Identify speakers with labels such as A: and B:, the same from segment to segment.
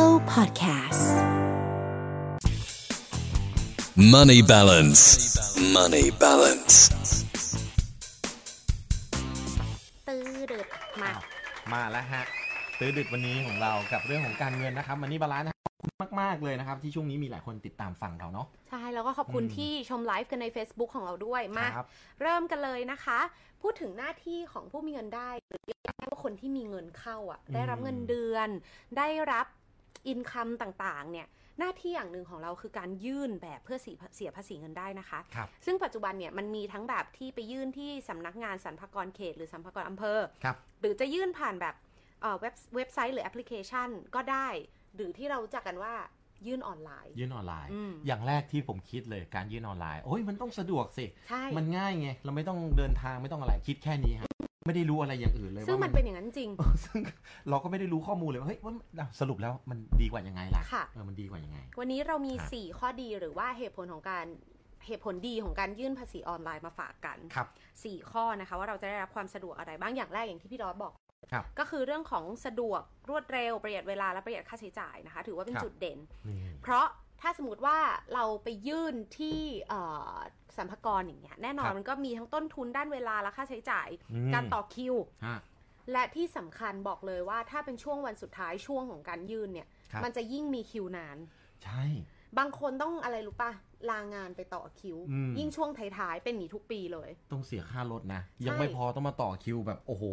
A: Podcasts.
B: Money balance. Money balance.
C: ตื้อดึบมา
D: มาแล้วฮะตื้อดึกวันนี้ของเรากับเรื่องของการเงินนะครับมันนี่บาลานซ์นะครับขอบคุณมาก ๆ เลยนะครับ ที่ช่วงนี้มีหลายคนติดตามฟังเราเนาะ
C: ใช่ แล้วก็ขอบคุณ
D: อืม
C: ที่ชมไลฟ์กันใน Facebook ของเราด้วยมา
D: ครับ
C: เริ่มกันเลยนะคะ พูดถึงหน้าที่ของผู้มีเงินได้หรือเรียกได้ว่าคนที่มีเงินเข้าอ่ะ
D: อืม
C: ได้รับเงินเดือน ได้รับอินคัมต่างๆ เนี่ย หน้าที่อย่างหนึ่งของเราคือการยื่นแบบเพื่อเสียภาษีเงินได้นะคะ
D: ครับ
C: ซึ่งปัจจุบันเนี่ยมันมีทั้งแบบที่ไปยื่นที่สำนักงานสรรพากรเขต หรือสรรพากรอำเภอ
D: ครับ
C: หรือจะยื่นผ่านแบบเอ่อเว็บเว็บไซต์หรือแอปพลิเคชันก็ได้ หรือที่เรารู้จักกันว่ายื่นออนไลน์
D: ยื่นออนไลน์
C: อืม
D: อย่างแรกที่ผมคิดเลยการยื่นออนไลน์โอ้ยมันต้องสะดวกสิ
C: ใช่
D: มันง่ายไง เราไม่ต้องเดินทางไม่ต้องอะไรคิดแค่นี้ฮะไม่ได้รู้อะไรอย่างอื่นเลย
C: ซึ่ง
D: ว่า
C: มันเป็นอย่างนั้นจริง
D: เออซึ่งเราก็ไม่ได้รู้ข้อมูลเลยว่าเฮ้ยว่าอ่ะสรุปแล้วมันดีกว่ายังไงล่ะ
C: ค่ะ
D: เออมันดีกว่ายังไง
C: วันนี้เรามี
D: ครับ
C: 4 ข้อดีหรือว่าเหตุผลของการเหตุผลดีของการยื่นภาษีออนไลน์มาฝากกัน
D: ครับ
C: 4 ข้อนะคะ ว่าเราจะได้รับความสะดวกอะไรบ้างอย่างแรกอย่างที่พี่ดอสบอก
D: ครับ
C: ก็คือเรื่องของสะดวกรวดเร็วประหยัดเวลาและประหยัดค่าใช้จ่ายนะคะ ถือว่าเป็น
D: ครับ
C: จุดเด่น
D: นี่
C: เพราะถ้าสมมติว่าเราไปยื่นที่เอ่อสัมภากรอย่างเงี้ยแน่นอนมันก็มีทั้งต้นทุนด้านเวลาและค่าใช้จ่าย
D: ม
C: การต่อคิว
D: ฮะ
C: และที่สำคัญบอกเลยว่าถ้าเป็นช่วงวันสุดท้ายช่วงของการยื่นเนี่ย
D: ครับ
C: มันจะยิ่งมีคิวนาน
D: ใช่
C: บางคนต้องอะไรรู้ปะลางานไปต่อคิว
D: อืม
C: ยิ่งช่วงท้ายๆเป็นหนีทุกปีเลย
D: ต้องเสียค่ารถนะ
C: ใช่
D: ยังไม่พอต้องมาต่อคิวแบบโอ้โห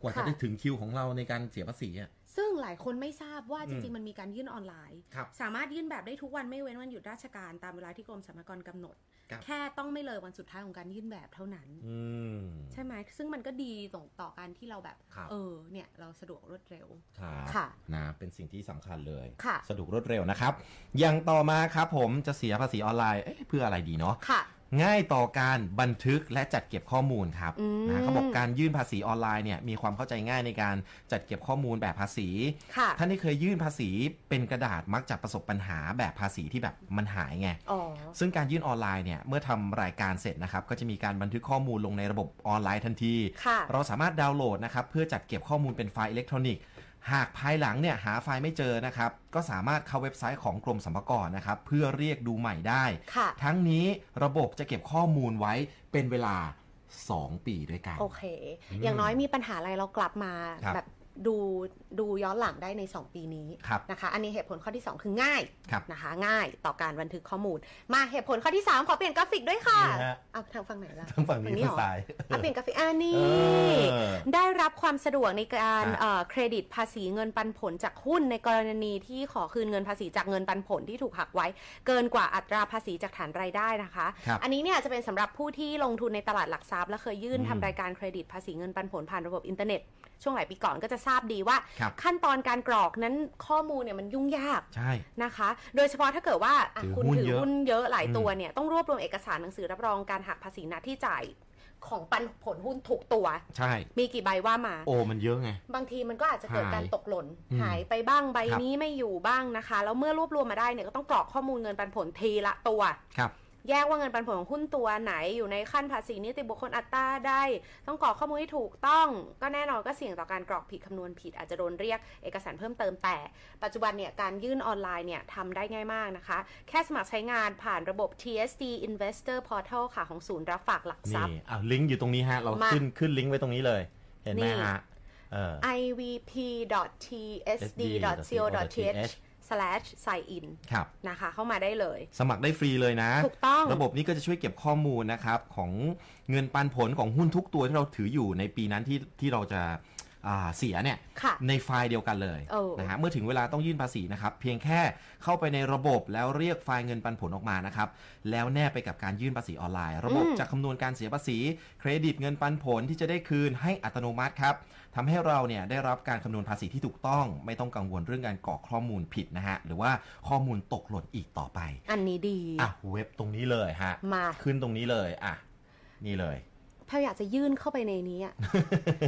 D: กว่าจะ
C: ค่ะ
D: ได้ถึงคิวของเราในการเสียภาษีอ่ะ
C: ซึ่งหลายคนไม่ทราบว่า
D: อื
C: จ
D: ม
C: ริงๆมันมีการยื่นออนไลน์
D: ครับ
C: สามารถยื่นแบบได้ทุกวันไม่เว้นวันหยุดราชการตามเวลาที่กรมสรรพากรกำหนด
D: ครับ
C: แค่ต้องไม่เลยวันสุดท้ายของการยื่นแบบเท่านั้น
D: อืม
C: ใช่ไหมซึ่งมันก็ดีต่อต่อการที่เราแบบ
D: ครับ
C: เออ เนี่ย เราสะดวกรวดเร็ว
D: ครับ
C: ค่ะ
D: นะเป็นสิ่งที่สำคัญเลย
C: ค่ะ
D: สะดวกรวดเร็วนะครับ อย่างต่อมาครับผมจะเสียภาษีออนไลน์เอ๊ะเพื่ออะไรดีเนาะ
C: ค่ะ
D: ง่ายต่อการบันทึกและจัดเก็บข้อมูลครับ
C: อืม
D: นะเขาบอกการยื่นภาษีออนไลน์เนี่ยมีความเข้าใจง่ายในการจัดเก็บข้อมูลแบบภาษี
C: ค่ะ
D: ท่านที่เคยยื่นภาษีเป็นกระดาษมักจะประสบปัญหาแบบภาษีที่แบบมันหายไง
C: อ๋อ
D: ซึ่งการยื่นออนไลน์เนี่ยเมื่อทำรายการเสร็จนะครับ ก็จะมีการบันทึกข้อมูลลงในระบบออนไลน์ทันที
C: ค่ะ
D: เราสามารถดาวน์โหลดนะครับ เพื่อจัดเก็บข้อมูลเป็นไฟล์อิเล็กทรอนิกส์ หากภายหลังเนี่ยหาไฟล์ไม่เจอนะครับ ก็สามารถเข้าเว็บไซต์ของกรมสรรพากรนะครับ เพื่อเรียกดูใหม่ได้
C: ค่ะ
D: ทั้งนี้ระบบจะเก็บข้อมูลไว้เป็นเวลา 2 ปีด้วยกัน
C: โอเค
D: อืม
C: อย่างน้อยมีปัญหาอะไรเรากลับมา
D: ครับ
C: แบบดูดูย้อนหลังได้ใน 2 ปีนี้
D: ครับ
C: นะคะ อันนี้เหตุผลข้อที่ 2 คือง่าย
D: ครับ
C: นะคะ ง่ายต่อการบันทึกข้อมูล มาเหตุผลข้อที่ 3 ขอเปลี่ยนกราฟิกด้วยค่ะ
D: นี่ฮะ
C: เอาทางฝั่งไหนล่ะ
D: ทั้งฝั่งนี้
C: ฝั่งนี้เห
D: ทั้
C: รอ
D: งซ้าย
C: เอาเปลี่ยนกราฟิกอันนี้
D: เออ
C: ได้รับความสะดวกในการ
D: ครับ
C: เอ่อเครดิตภาษีเงินปันผลจากหุ้นในกรณีที่ขอคืนเงินภาษีจากเงินปันผลที่ถูกหักไว้ เกินกว่าอัตราภาษีจากฐานรายได้นะคะ
D: ครับ
C: อันนี้เนี่ยจะเป็นสำหรับผู้ที่ลงทุนในตลาดหลักทรัพย์ และเคยยื่น
D: อืม
C: ทำรายการเครดิตภาษีเงินปันผลผ่านระบบอินเทอร์เน็ต ช่วงหลายปีก่อนก็จะทราบดีว่า
D: ครับ
C: ขั้นตอนการกรอกนั้นข้อมูลเนี่ยมันยุ่งยาก
D: ใช่
C: นะคะ โดยเฉพาะถ้าเกิดว่าอ่ะ
D: ถือ
C: คุณ
D: หุ้น
C: ถือ
D: เยอะ
C: หุ้นเยอะหลาย
D: อืม
C: ตัวเนี่ย ต้องรวบรวมเอกสารหนังสือรับรองการหักภาษีณที่จ่ายของปันผลหุ้นถูกตัว
D: ใช่
C: มีกี่ใบว่ามา
D: โอ้มันเยอะไง
C: บางทีมันก็อาจจะเกิด
D: หาย
C: การตกหล่น
D: อืม
C: หายไปบ้างใบ
D: ครับ
C: นี้ไม่อยู่บ้างนะคะ แล้วเมื่อรวบรวมมาได้เนี่ยก็ต้องกรอกข้อมูลเงินปันผลทีละตัว
D: ครับ
C: แยกว่าเงินปันผลของหุ้นตัวไหนอยู่ในขั้นภาษีนิติบุคคลอัตราได้ ต้องกรอกข้อมูลให้ถูกต้อง ก็แน่นอนก็เสี่ยงต่อการกรอกผิดคำนวณผิดอาจจะโดนเรียกเอกสารเพิ่มเติมแต่ ปัจจุบันเนี่ยการยื่นออนไลน์เนี่ยทำได้ง่ายมากนะคะ แค่สมัครใช้งานผ่านระบบ TSD Investor Portal ค่ะของศูนย์รับฝากหลักท
D: นี่
C: รัพย์
D: เอาลิงก์อยู่ตรงนี้ฮะ เรา
C: าม
D: ขึ้นขึ้นลิงก์ไว้ตรงนี้เลย เห็นไหม
C: นี่
D: ฮะเออ
C: ivp.tsd.co.th slash sign in
D: ครับ
C: นะคะ เข้ามาได้เลย
D: สมัครได้ฟรีเลยนะ
C: ถูกต้อง
D: ระบบนี้ก็จะช่วยเก็บข้อมูลนะครับ ของเงินปันผลของหุ้นทุกตัวที่เราถืออยู่ในปีนั้นที่ที่เราจะอ่าเสียเนี่ย
C: ค่ะ
D: ในไฟล์เดียวกันเลย
C: เออ
D: นะฮะเมื่อถึงเวลาต้องยื่นภาษีนะครับ เพียงแค่เข้าไปในระบบแล้วเรียกไฟล์เงินปันผลออกมานะครับ แล้วแนบไปกับการยื่นภาษีออนไลน์ ระบบจะคำนวณการเสียภาษี เครดิตเงินปันผลที่จะได้คืนให้อัตโนมัติครับทำให้เราเนี่ยได้รับการคำนวณภาษีที่ถูกต้อง ไม่ต้องกังวลเรื่องการกรอกข้อมูลผิดนะฮะหรือว่าข้อมูลตกหล่นอีกต่อไป
C: อันนี้ดี
D: อ่ะเว็บตรงนี้เลยฮะ
C: มา
D: ขึ้นตรงนี้เลยอ่ะนี่เลย
C: ถ้าอยากจะยื่นเข้าไปในนี้ อะ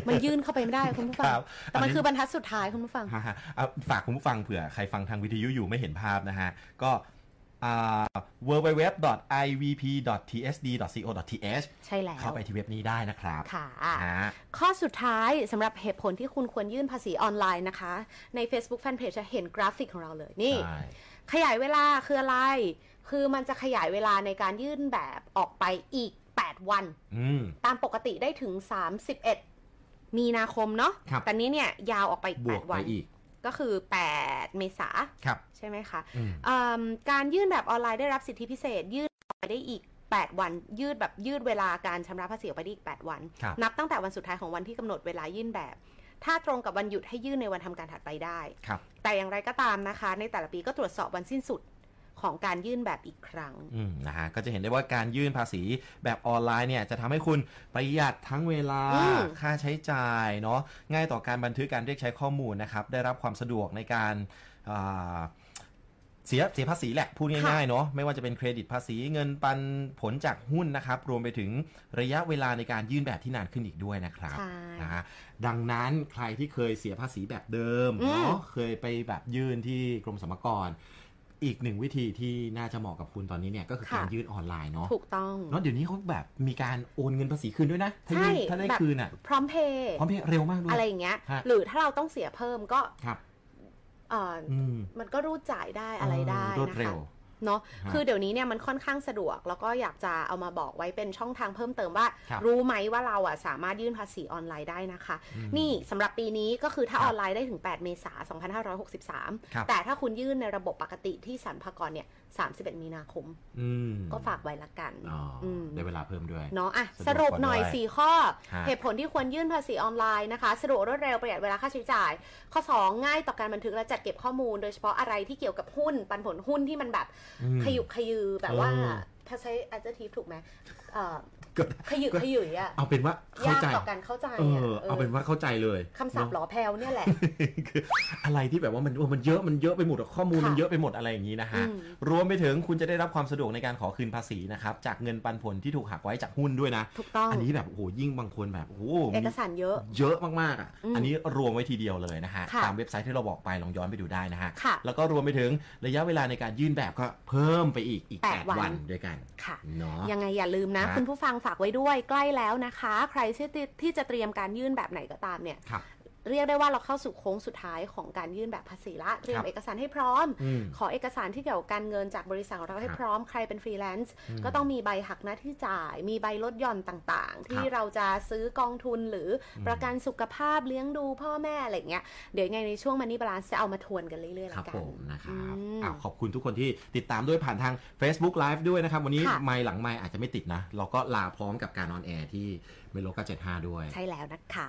C: มันยื่นเข้าไปไม่ได้คุณผู้ฟัง
D: ครับ
C: แต่มัน
D: อันนี้
C: คือบรรทัดสุดท้ายคุณผู้ฟัง
D: ฮะฮะเอาฝากคุณผู้ฟังเผื่อใครฟังทางวิทยุอยู่ไม่เห็นภาพนะฮะ ก็ www.ivp.tsd.co.th
C: ใช่แล้ว
D: เข้าไปที่เว็บนี้ได้นะครับ
C: ค่ะ
D: อ่า
C: ข้อสุดท้ายสำหรับเหตุผลที่คุณควรยื่นภาษีออนไลน์นะคะ ใน Facebook Fanpage จะเห็นกราฟิกของเราเลยนี่
D: ใช่
C: ขยายเวลาคืออะไร คือมันจะขยายเวลาในการยื่นแบบออกไปอีก 8 วัน
D: อืม
C: ตามปกติได้ถึง 31 มีนาคมเนาะ
D: ครับ
C: แต่นี้เนี่ยยาวออกไปอีก
D: บวก
C: 8
D: ไป
C: วัน
D: อีก
C: ก็คือ 8 เมษา
D: ครับ
C: ใช่ไหมคะ
D: อืม
C: เอิ่มการยื่นแบบออนไลน์ได้รับสิทธิพิเศษ ยื่นออกไปได้อีก 8 วัน ยืดแบบยืดเวลาการชำระภาษีออกไปได้อีก 8 วัน
D: ครับ
C: นับตั้งแต่วันสุดท้ายของวันที่กำหนดเวลายื่นแบบ ถ้าตรงกับวันหยุดให้ยื่นในวันทำการถัดไปได้
D: ครับ
C: แต่อย่างไรก็ตามนะคะ ในแต่ละปีก็ตรวจสอบวันสิ้นสุดของการยื่นแบบอีกครั้ง
D: อืมนะฮะก็จะเห็นได้ว่าการยื่นภาษีแบบออนไลน์เนี่ยจะทำให้คุณประหยัดทั้งเวลา
C: อืม
D: ค่าใช้จ่ายเนาะง่ายต่อการบันทึกการเรียกใช้ข้อมูลนะครับได้รับความสะดวกในการอ่าเสียเสียภาษีแหละพูดง่ายๆเนาะไม่ว่าจะเป็นเครดิตภาษีเงินปันผลจากหุ้นนะครับ รวมไปถึงระยะเวลาในการยื่นแบบที่นานขึ้นอีกด้วยนะครับ
C: ใช่
D: นะฮะดังนั้นใครที่เคยเสียภาษีแบบเดิม
C: อืม
D: เนาะเคยไปแบบยื่นที่กรมสรรพากร อีกหนึ่งวิธีที่น่าจะเหมาะกับคุณตอนนี้เนี่ยก็คือ
C: ค่ะ
D: การยื่นออนไลน์เนาะ
C: ถูกต้อง
D: เนาะเดี๋ยวนี้เขาแบบมีการโอนเงินภาษีคืนด้วยนะ ถ้า
C: ใช่
D: ยื่นถ้าได้
C: แบบ
D: คืนอ่ะ
C: พร้อมเพย์
D: พร้อมเพย์เร็วมากด้วย
C: อะไรอย่างเงี้ย
D: ฮะ
C: หรือถ้าเราต้องเสียเพิ่มก็
D: ครับ
C: เอ่อ
D: อืม
C: มันก็รูดจ่ายได้อะไรได้
D: เออรวด
C: นะ
D: เร็ว
C: คะ เนาะ
D: ฮะ
C: คือเดี๋ยวนี้เนี่ยมันค่อนข้างสะดวก แล้วก็อยากจะเอามาบอกไว้เป็นช่องทางเพิ่มเติมว่า
D: ครับ
C: รู้ไหมว่าเราอ่ะสามารถยื่นภาษีออนไลน์ได้นะคะ
D: อืม
C: นี่สำหรับปีนี้ก็คือถ้า
D: ครั
C: อ
D: บ
C: อนไลน์ได้ถึง 8 เมษายน
D: ครับ
C: 2563 แต่ถ้าคุณยื่นในระบบปกติที่สรรพากรเนี่ย 31 มีนาคม
D: อืม
C: ก็ฝากไว้ละกัน
D: อ๋ออ
C: ม
D: ได้เวลาเพิ่มด้วย
C: เนาะอ่ะ
D: สะดวก
C: สรุปหน่อย
D: กว่าด้วย
C: 4 ข้อ
D: ฮะ
C: เหตุผลที่ควรยื่นภาษีออนไลน์นะคะ สะดวกรวดเร็วประหยัดเวลาค่าใช้จ่าย ข้อ 2 ง่ายต่อการบันทึกและจัดเก็บข้อมูล โดยเฉพาะอะไรที่เกี่ยวกับหุ้น ปันผลหุ้นที่มันแบบ
D: อืม
C: ขยุกขยือแบบว่า
D: เออ
C: ถ้าใช้ adjective ถูกไหมเอ่อ
D: ก็
C: ขยุกขยุยอ่ะ
D: เอาเป็นว่าเข้าย
C: าก
D: ใจ
C: ต่อการเข้าใจ
D: เอ
C: อะ
D: อเอาเป็นว่าเข้าใจเลย
C: คำศัพท์หล
D: เนาะ
C: อแพลวเนี่ยแหละ
D: คือ อะไรที่แบบว่ามันมันเยอะมันเยอะไปหมดอะข้อมูล
C: ค่ะ
D: มันเยอะไปหมดอะไรอย่างนี้นะฮะ
C: อืม
D: รวมไปถึงคุณจะได้รับความสะดวกในการขอคืนภาษีนะครับจากเงินปันผลที่ถูกหักไว้จากหุ้นด้วยนะ
C: ถูกต้อง
D: อันนี้แบบโอ้โหยิ่งบางคนแบบโอ้โห
C: เอ
D: มี
C: กสารเยอะ
D: เยอะมากๆอ่ะ
C: อืม
D: อันนี้รวมไว้ทีเดียวเลยนะฮะ
C: ค่ะ
D: ตามเว็บไซต์ที่เราบอกไปลองย้อนไปดูได้นะฮะ
C: ค่ะ
D: แล้วก็รวมไปถึงระยะเวลาในการยื่นแบบก็เพิ่มไปอีกอีก
C: แปด
D: แปด
C: วัน
D: วันด้วยกัน
C: ค่ะ
D: เนาะ
C: ยังไงอย่าลืมนะ
D: ฮะ
C: คุณผู้ฟังฝากไว้ด้วยใกล้แล้วนะคะ ใครที่ที่จะเตรียมการยื่นแบบไหนก็ตามเนี่ย
D: ครับ
C: เรียกได้ว่าเราเข้าสู่โค้งสุดท้ายของการยื่นแบบภาษีละเตรีย
D: ครั
C: ม
D: บ
C: เอกสารให้พร้อม
D: อืม
C: ขอเอกสารที่เกี่ยวกับการเงินจากบริษัทของเราให้
D: ครับ
C: พร้อมใครเป็นฟรีแลนซ์
D: อืม
C: ก็ต้องมีใบหักหน้าที่จ่าย มีใบลดหย่อนต่างๆ ที่เราจะซื้อกองทุนหรืออ
D: ม
C: ประกันสุขภาพเลี้ยงดูพ่อแม่อะไรเงี้ยเดี๋ยวยังไงในช่วงมันนี่บาลานซ์จะเอามาทวนกันเรื่อยๆ
D: ครั
C: ละ
D: บ
C: กั
D: ผ
C: น
D: มนะครับ
C: อืม
D: อ่ะขอบคุณทุกคนที่ติดตามด้วยผ่านทาง Facebook Live ด้วยนะครับ วันนี้
C: ค่ะ
D: ไมค์หลังไมค์อาจจะไม่ติดนะ เราก็ลาพร้อมกับการออนแอร์ที่เมโล975 ด้วย
C: ใช่แล้วนะคะ